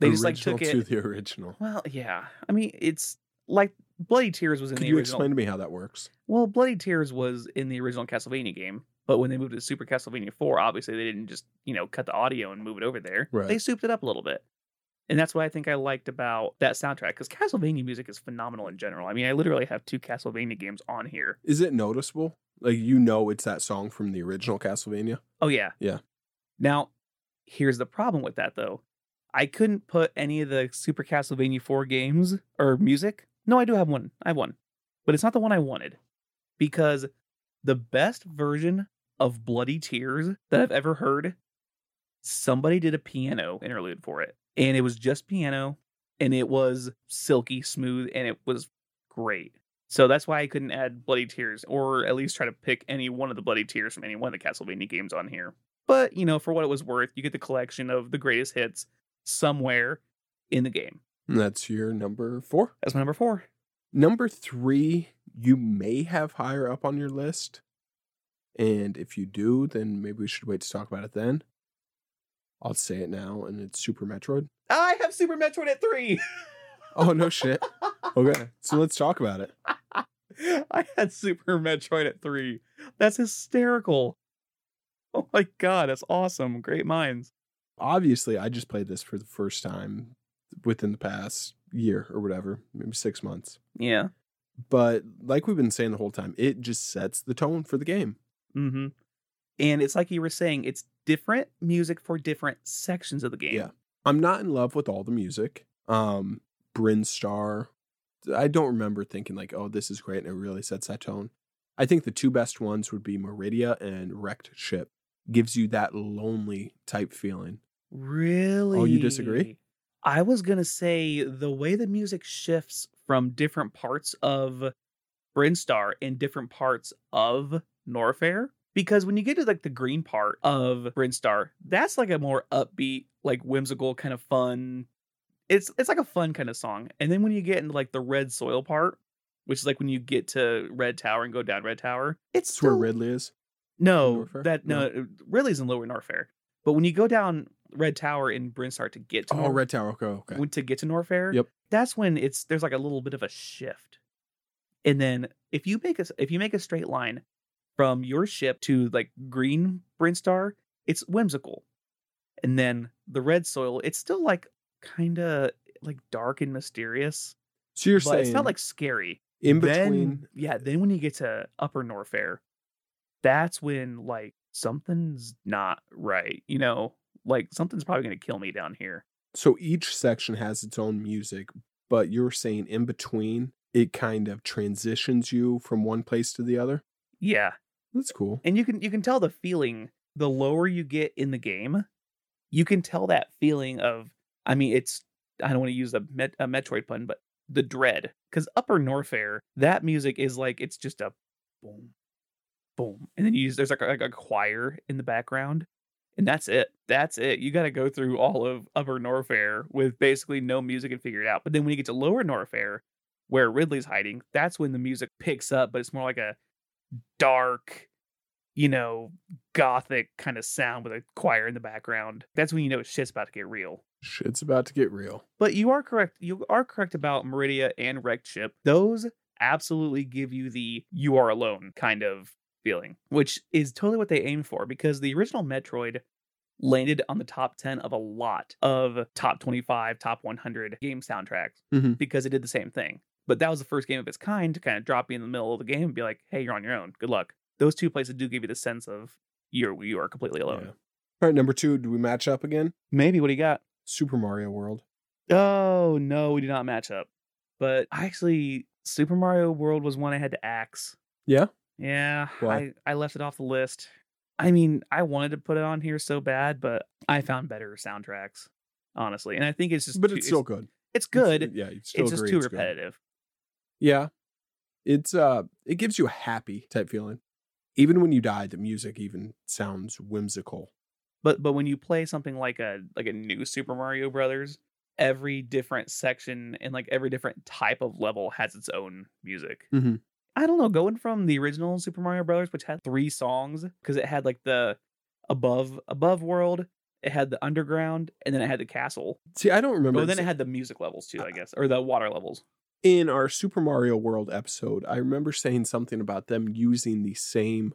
A: They just like
B: Original
A: took it.
B: to the original.
A: Well, yeah. I mean, it's like Bloody Tears was in
B: Could
A: the
B: you
A: original.
B: explain to me how that works?
A: Well, Bloody Tears was in the original Castlevania game, but when they moved to Super Castlevania 4, obviously they didn't just, you know, cut the audio and move it over there.
B: Right.
A: They souped it up a little bit. And that's what I think I liked about that soundtrack because Castlevania music is phenomenal in general. I mean, I literally have two Castlevania games on here.
B: Is it noticeable? Like you know it's that song from the original Castlevania?
A: Oh, yeah.
B: Yeah.
A: Now, here's the problem with that, though. I couldn't put any of the Super Castlevania 4 games or music No, I do have one. I have one. But it's not the one I wanted. Because the best version of Bloody Tears that I've ever heard, somebody did a piano interlude for it. And it was just piano and it was silky smooth and it was great. So that's why I couldn't add Bloody Tears or at least try to pick any one of the Bloody Tears from any one of the Castlevania games on here. But, you know, for what it was worth, you get the collection of the greatest hits somewhere in the game.
B: And That's your number four.
A: That's my number four.
B: Number three, you may have higher up on your list. And if you do, then maybe we should wait to talk about it then. I'll say it now, and it's Super Metroid.
A: I have Super Metroid at three.
B: Oh, no shit. Okay, so let's talk about it.
A: I had Super Metroid at three. That's hysterical. Oh my god, that's awesome. Great minds.
B: Obviously, I just played this for the first time within the past year or whatever, maybe six months.
A: Yeah.
B: But like we've been saying the whole time, it just sets the tone for the game.
A: Mm-hmm. And it's like you were saying, it's different music for different sections of the game.
B: Yeah. I'm not in love with all the music. Um, Bryn Star. I don't remember thinking like, oh, this is great and it really sets that tone. I think the two best ones would be Meridia and Wrecked Ship. Gives you that lonely type feeling.
A: Really?
B: Oh, disagree?
A: I was going to say the way the music shifts from different parts of Brinstar and different parts of Norfair. Because when you get to like the green part of Brinstar, that's like a more upbeat, like whimsical kind of fun. It's it's like a fun kind of song. And then when you get into like the red soil part, which is like when you get to Red Tower and go down Red Tower, it's
B: That's where
A: still
B: Ridley is.
A: no,
B: Norfair?
A: that no, Ridley's in Lower Norfair. But when you go down Red Tower in Brinstar to get to
B: Oh,
A: Nor-
B: Red Tower. Okay, okay.
A: when- to get to Norfair,
B: Yep.
A: that's when it's there's like a little bit of a shift. And then if you make a s- if you make a straight line from your ship to like green Brinstar, it's whimsical. And then the red soil, it's still like kind of like dark and mysterious,
B: So you're
A: but
B: saying
A: it's not like scary.
B: in
A: Then-
B: between
A: yeah, then when you get to Upper Norfair, that's when like something's not right. You know, like something's probably gonna kill me down here.
B: So each section has its own music, but you're saying in between it kind of transitions you from one place to the other.
A: Yeah,
B: That's cool.
A: and you can you can tell the feeling the lower you get in the game you can tell that feeling of i mean it's i don't want to use a, met, a metroid pun but the dread because upper norfair that music is like it's just a boom boom and then you use there's like a, like a choir in the background and that's it that's it you got to go through all of upper norfair with basically no music and figure it out but then when you get to lower norfair where ridley's hiding that's when the music picks up but it's more like a dark you know, gothic kind of sound with a choir in the background. That's when you know shit's about to get real.
B: Shit's about to get real.
A: But you are correct. You are correct about Meridia and Wrecked Ship. Those absolutely give you the you are alone kind of feeling, which is totally what they aim for because the original Metroid landed on the top 10 of a lot of top 25, top 100 game soundtracks
B: Mhm.
A: because it did the same thing. But that was the first game of its kind to kind of drop you in the middle of the game and be like, hey, you're on your own. Good luck. Those two places do give you the sense of you're you are completely alone.
B: Yeah. All right, number two. Do we match up again?
A: Maybe what do you got?
B: Super Mario World.
A: Oh no, we do not match up. But I actually Super Mario World was one I had to axe.
B: Yeah?
A: Yeah.
B: Why?
A: I, I left it off the list. I mean, I wanted to put it on here so bad, but I found better soundtracks, honestly. And I think it's just
B: but
A: too-
B: it's still good.
A: it's
B: It's-
A: good. It's,
B: yeah, you still
A: just
B: agree
A: too
B: it's good.
A: repetitive.
B: Yeah, it's uh, it gives you a happy type feeling. Even when you die, the music even sounds whimsical.
A: But but when you play something like a like a new Super Mario Brothers, every different section and like every different type of level has its own music.
B: Mhm.
A: I don't know, going from the original Super Mario Brothers, which had three songs, because it had like the above above world, it had the underground, and then it had the castle.
B: See, I don't remember.
A: Oh, then
B: exa-
A: it had the music levels too, I guess, or the water levels.
B: in our Super Mario World episode, I remember saying something about them using the same,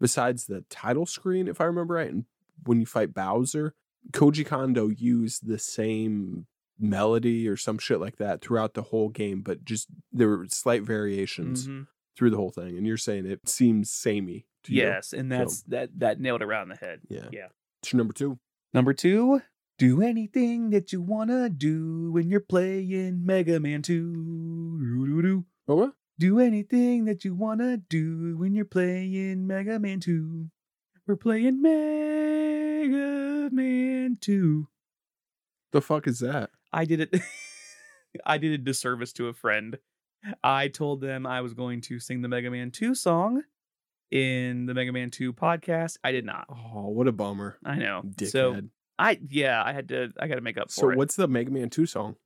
B: besides the title screen, if I remember right, and when you fight Bowser, Koji Kondo used the same melody or some shit like that throughout the whole game, but just there were slight variations
A: Mhm.
B: through the whole thing. And you're saying it seems samey to
A: Yes, and that's that that nailed it around the head.
B: you. Yeah.
A: Yeah.
B: It's your number two.
A: Number two, do anything that you wanna do when you're playing Mega Man 2. doo doo.
B: Okay.
A: Do anything that you wanna do when you're playing Mega Man 2. We're playing Mega Man 2.
B: The fuck is that?
A: I did it. I did a disservice to a friend. I told them I was going to sing the Mega Man 2 song in the Mega Man 2 podcast. I did not.
B: Oh, what a bummer.
A: I know.
B: Dickhead.
A: So I yeah, I had to I got to make up
B: so
A: for
B: what's the Mega Man 2 song?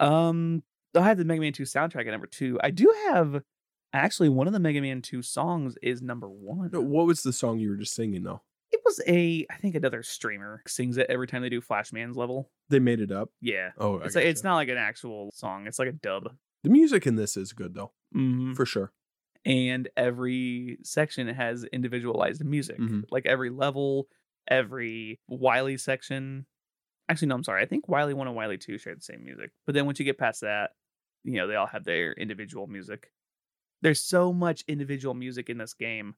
A: it. Um I had the Mega Man 2 soundtrack at number 2. I do have actually one of the Mega Man 2 songs is number 1.
B: No, what was the song you were just singing though?
A: It was a I think another streamer sings it every time they do Flashman's level.
B: They made it up.
A: Yeah.
B: Oh, I
A: It's like, it's
B: gotcha.
A: not like an actual song. It's like a dub.
B: The music in this is good though,
A: Mhm.
B: for sure.
A: and every section has individualized music
B: Mhm.
A: like every level every wily section actually no i'm sorry i think wily 1 and wily 2 share the same music but then once you get past that you know they all have their individual music there's so much individual music in this game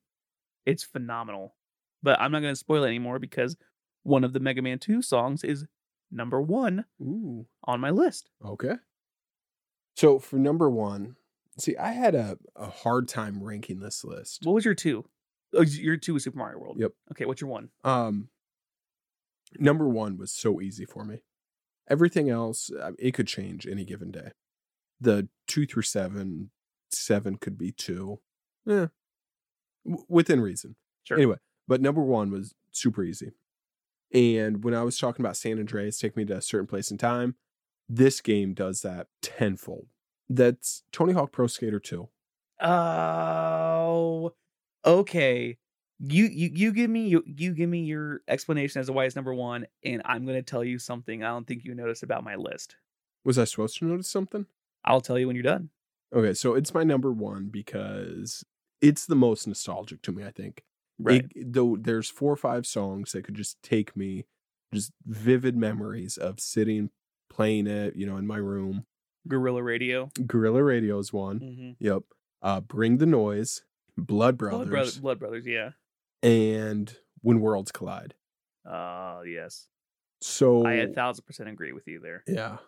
A: it's phenomenal but i'm not going to spoil it anymore because one of the mega man 2 songs is number one
B: Ooh.
A: on my list
B: Okay. So for number one, see, I had a, a hard time ranking this list.
A: what was your two? Oh, your two was super mario world
B: Yep.
A: okay what's your one
B: Um, number one was so easy for me. Everything else, uh, it could change any given day. The two through seven, seven could be two, yeah, w- within reason.
A: sure
B: Anyway, but number one was super easy. And when I was talking about San Andreas, take me to a certain place in time, this game does that tenfold. That's Tony Hawk Pro Skater 2.
A: Oh, okay. You you you give me you you give me your explanation as to why it's number one, and I'm gonna tell you something I don't think you noticed about my list.
B: Was I supposed to notice something?
A: I'll tell you when you're done.
B: Okay, so it's my number one because it's the most nostalgic to me, I think. It, though there's four or five songs that could just take me, just vivid memories of sitting, playing it, you know, in my room.
A: Gorilla Radio.
B: Gorilla Radio is one.
A: Mm-hmm.
B: Yep. Uh, Bring the Noise, Blood Brothers,
A: Blood Brothers. Blood Brothers. Yeah.
B: and When Worlds Collide.
A: Oh yes.
B: So
A: I a thousand percent agree with you there.
B: yeah.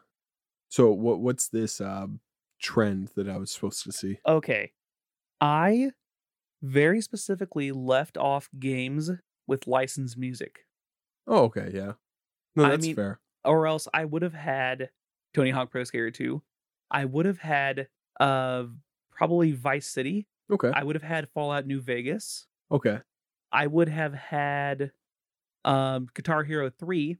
B: So what what's this uh, trend that I was supposed to see?
A: Okay. I very specifically left off games with licensed music.
B: Oh, okay, yeah. No,
A: I
B: that's
A: mean-
B: fair.
A: or else I would have had Tony Hawk Pro Skater 2. I would have had uh probably Vice City.
B: Okay.
A: I would have had Fallout New Vegas.
B: okay.
A: I would have had um Guitar Hero 3.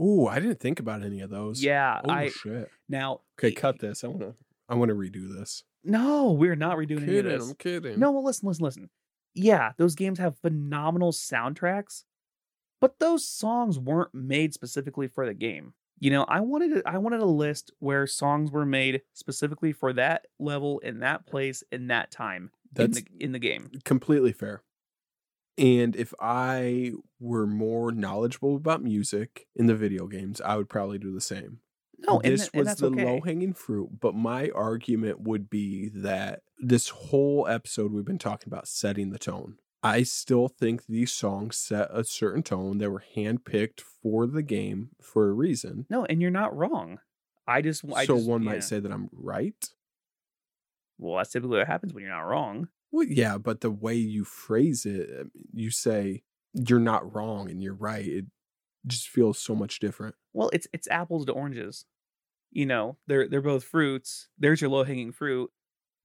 B: Ooh, I didn't think about any of those.
A: Yeah,
B: Oh
A: I
B: shit.
A: now
B: Okay, cut this. I wanna I wanna redo this.
A: No, we're not redoing any of
B: Kidding,
A: this.
B: I'm kidding.
A: No, well listen, listen, listen. Yeah, those games have phenomenal soundtracks, but those songs weren't made specifically for the game. You know, I wanted a, I wanted a list where songs were made specifically for that level in that place in that time
B: that's
A: in the in the game.
B: completely fair. And if I were more knowledgeable about music in the video games, I would probably do the same.
A: No, Oh, and,
B: this
A: th- and
B: was
A: that's
B: the
A: okay.
B: low hanging fruit, but my argument would be that this whole episode we've been talking about setting the tone. I still think these songs set a certain tone. They were handpicked for the game for a reason.
A: No, and you're not wrong. I just I
B: so
A: just-
B: one
A: yeah.
B: might say that I'm right.
A: well, that's typically what happens when you're not wrong.
B: Well, yeah, but the way you phrase it, I mean, you say you're not wrong and you're right. It just feels so much different.
A: Well, it's it's apples to oranges. You know, they're they're both fruits. There's your low hanging fruit,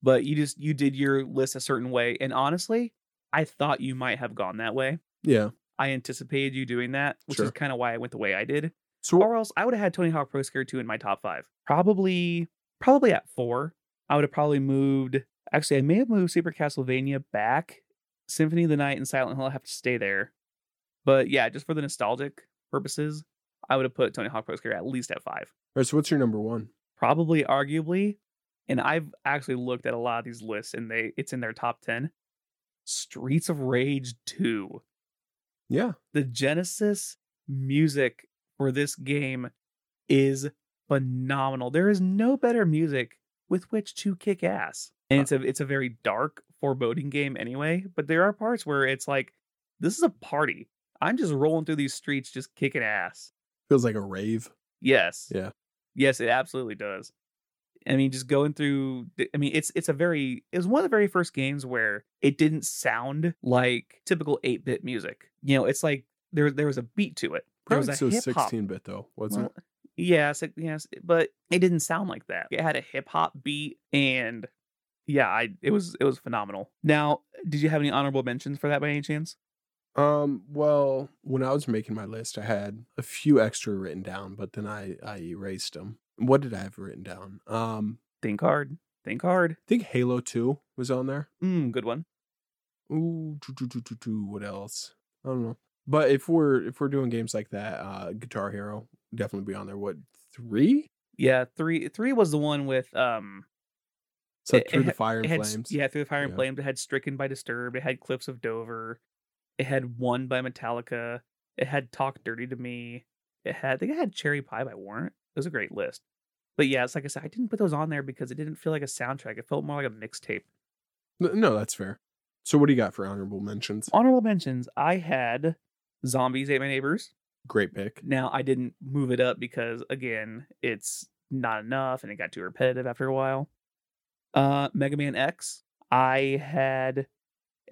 A: but you just you did your list a certain way. And honestly, I thought you might have gone that way.
B: Yeah.
A: I anticipated you doing that, which is
B: Sure.
A: kind of why I went the way I did.
B: So
A: Or else I would have had Tony Hawk Pro Skater 2 in my top five. Probably probably at four. I would have probably moved actually I may have moved Super Castlevania back. Symphony of the Night and Silent Hill have to stay there. But yeah, just for the nostalgic purposes, I would have put Tony Hawk Pro Skater at least at five.
B: All right, so what's your number one?
A: Probably arguably, and I've actually looked at a lot of these lists and they it's in their top ten. Streets of Rage 2
B: Yeah.
A: the Genesis music for this game is phenomenal. There is no better music with which to kick ass. And it's a it's a very dark, foreboding game anyway, but there are parts where it's like this is a party. I'm just rolling through these streets just kicking ass.
B: Feels like a rave.
A: Yes.
B: Yeah.
A: Yes, it absolutely does. I mean, just going through. the- I mean, it's it's a very it was one of the very first games where it didn't sound like typical eight bit music. You know, it's like there there was a beat to it. There was
B: Probably
A: a
B: so
A: hip hop
B: 16 bit though, wasn't
A: well, Yeah, it's like, yes, but it didn't sound like that. It had a hip hop beat, and yeah, I it was it was phenomenal. Now, did you have any honorable mentions for that by any chance?
B: it? Um, well, when I was making my list, I had a few extra written down, but then I I erased them. What did I have written down? Um,
A: Think hard, think hard.
B: I think Halo 2 was on there.
A: Mm, good one.
B: Ooh, doo, doo, doo, doo, doo, what else? I don't know. But if we're if we're doing games like that, uh Guitar Hero definitely be on there. What three?
A: Yeah, three three was the one with um
B: So
A: It- it
B: through
A: ha-
B: the fire
A: it
B: and
A: had, s-
B: flames.
A: Yeah, through the fire and
B: Yeah.
A: flames. It had Stricken by Disturbed. It had Cliffs of Dover. It had One by Metallica. It had Talk Dirty to Me. It had I think it had Cherry Pie by Warrant. It was a great list. But yeah, it's like I said, I didn't put those on there because it didn't feel like a soundtrack. It felt more like a mixtape.
B: N- No, that's fair. So what do you got for honorable mentions?
A: Honorable mentions. I had Zombies Ate My Neighbors.
B: Great pick.
A: Now I didn't move it up because again, it's not enough and it got too repetitive after a while. Uh Mega Man X, I had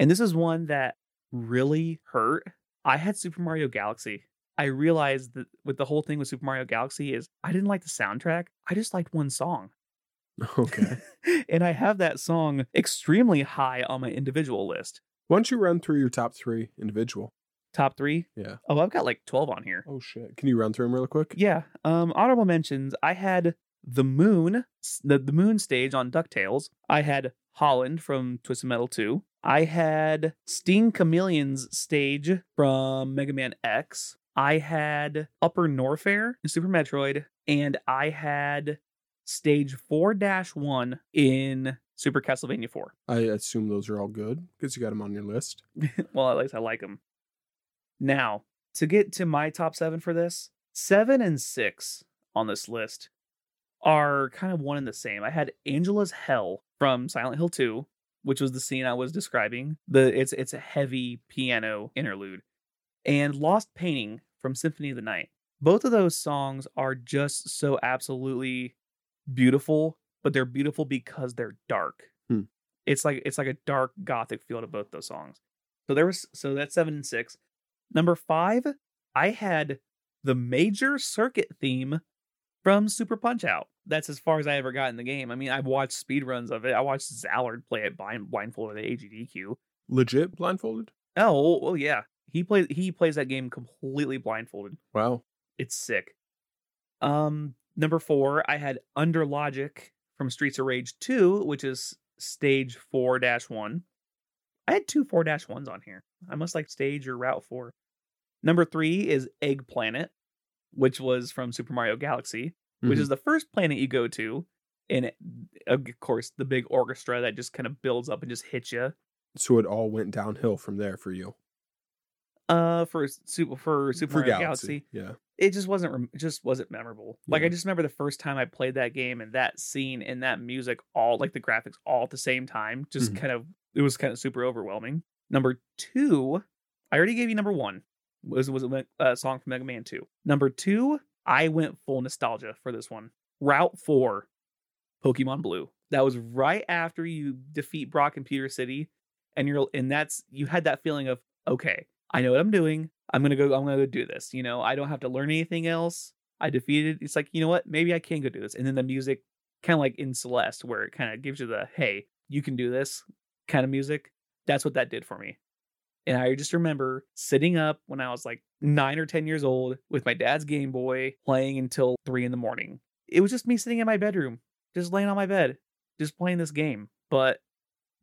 A: and this is one that really hurt. I had Super Mario Galaxy. I realized that with the whole thing with Super Mario Galaxy is I didn't like the soundtrack. I just liked one song.
B: Okay.
A: and I have that song extremely high on my individual list.
B: Why don't you run through your top three individual?
A: Top 3?
B: Yeah.
A: Oh, I've got like 12 on here.
B: Oh shit. Can you run through them real quick?
A: Yeah. Um. Honorable mentions. I had the moon, s- the the moon stage on Ducktales. I had Holland from Twisted Metal Two. I had Steen Chameleon's stage from Mega Man X. I had Upper Norfair in Super Metroid, and I had Stage Four Dash One in Super Castlevania Four.
B: I assume those are all good because you got them on your list.
A: well, at least I like them. Now, to get to my top seven for this, seven and six on this list are kind of one and the same. I had Angela's Hell from Silent Hill 2, which was the scene I was describing. The it's it's a heavy piano interlude. And Lost Painting from Symphony of the Night. Both of those songs are just so absolutely beautiful, but they're beautiful because they're dark.
B: Hmm.
A: It's like it's like a dark gothic feel to both those songs. So there was so that's seven and six. Number five, I had the major circuit theme from Super Punch Out. That's as far as I ever got in the game. I mean, I've watched speedruns of it. I watched Zallard play it blind blindfold with the AGDQ.
B: Legit blindfolded?
A: Oh, well, yeah. He plays he plays that game completely blindfolded.
B: Wow.
A: It's sick. Um, number four, I had Under Logic from Streets of Rage 2, which is stage 4 1. I had two 4 1s on here. I must like stage or route 4. Number three is Egg Planet, which was from Super Mario Galaxy, which
B: Mhm.
A: is the first planet you go to. And it- of course, the big orchestra that just kind of builds up and just hits you.
B: so it all went downhill from there for you.
A: Uh, for super for Super
B: for
A: Mario Galaxy.
B: Yeah.
A: it just wasn't rem- it just wasn't memorable. Like I
B: Yeah.
A: just remember the first time I played that game and that scene and that music all like the graphics all at the same time just
B: Mhm.
A: kind of it was kind of super overwhelming. Number 2, I already gave you number 1 was was a me- uh, song from Mega Man 2. Number 2, I went full nostalgia for this one. Route 4 Pokemon Blue. That was right after you defeat Brock in Peter City and you're and that's you had that feeling of okay, I know what I'm doing. I'm gonna go. I'm gonna go do this. You know, I don't have to learn anything else. I defeated. It's like you know what? Maybe I can go do this. And then the music, kind of like in Celeste, where it kind of gives you the "Hey, you can do this" kind of music. That's what that did for me. And I just remember sitting up when I was like nine or ten years old with my dad's Game Boy, playing until three in the morning. It was just me sitting in my bedroom, just laying on my bed, just playing this game. But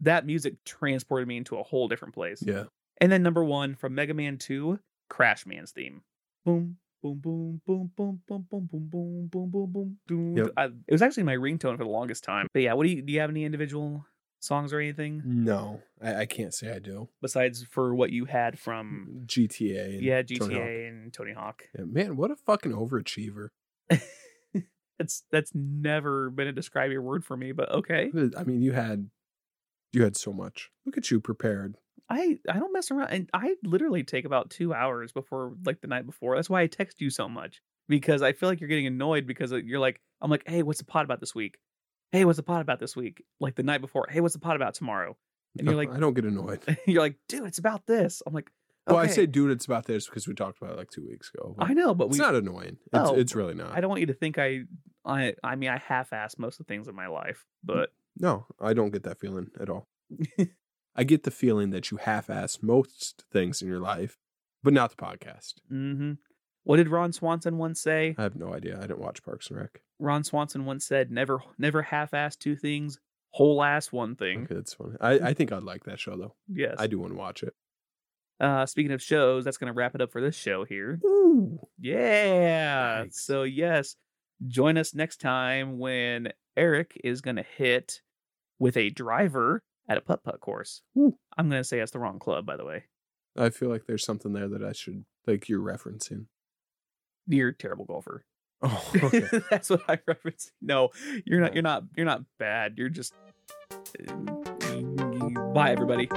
A: that music transported me into a whole different place.
B: Yeah.
A: And then number one from Mega Man 2, Crash Man's theme. Boom, boom, boom, boom, boom, boom, boom, boom, boom, boom, boom, boom. Doom.
B: Yep.
A: I, it was actually my ringtone for the longest time. But yeah, what do you do you have any individual songs or anything
B: No, I, I can't say I do.
A: besides for what you had from
B: GTA. And
A: yeah,
B: Tony
A: GTA
B: Hawk.
A: and Tony Hawk?
B: Yeah, man, what a fucking overachiever.
A: That's that's never been a describe your word for me, but okay.
B: I mean, you had you had so much. Look at you prepared.
A: I I don't mess around, and I literally take about two hours before like the night before. That's why I uh, text you so much because I feel like you're getting annoyed because you're like I'm like, hey, what's the pod about this week? hey, what's the pot about this week? Like the night before, hey, what's the pot about tomorrow? And you're
B: No,
A: like,
B: I don't get annoyed.
A: you're like, dude, it's about this. I'm like,
B: Well, I
A: "Okay,
B: say, dude, it's about this because we talked about it like two weeks ago. but
A: I know, but
B: it's
A: we. Oh.
B: not annoying. It's,
A: No.
B: it's really not.
A: I don't want you to think I, I, I mean, I half-ass most of the things in my
B: Mm.
A: life, but
B: No, I don't get that feeling at all. I get the feeling that you half-ass most things in your life, but not the podcast.
A: hmm what did Ron Swanson once say?
B: I have no idea. I didn't watch Parks and Rec.
A: Ron Swanson once said, "Never, never half-ass two things, whole-ass one thing."
B: Okay, that's funny. I, I think I'd like that show though.
A: Yes.
B: I do want to watch it.
A: Uh, speaking of shows, that's going to wrap it up for this show here.
B: Ooh.
A: Yeah.
B: Nice.
A: So, yes, join us next time when Eric is going to hit with a driver at a putt putt course.
B: Ooh.
A: I'm going to say that's the wrong club, by the way.
B: I feel like there's something there that I should like you're referencing.
A: You're a terrible golfer.
B: Oh, okay.
A: that's what I reference. No, you're not. You're uh, not. You're not bad. You're just. Bye, everybody.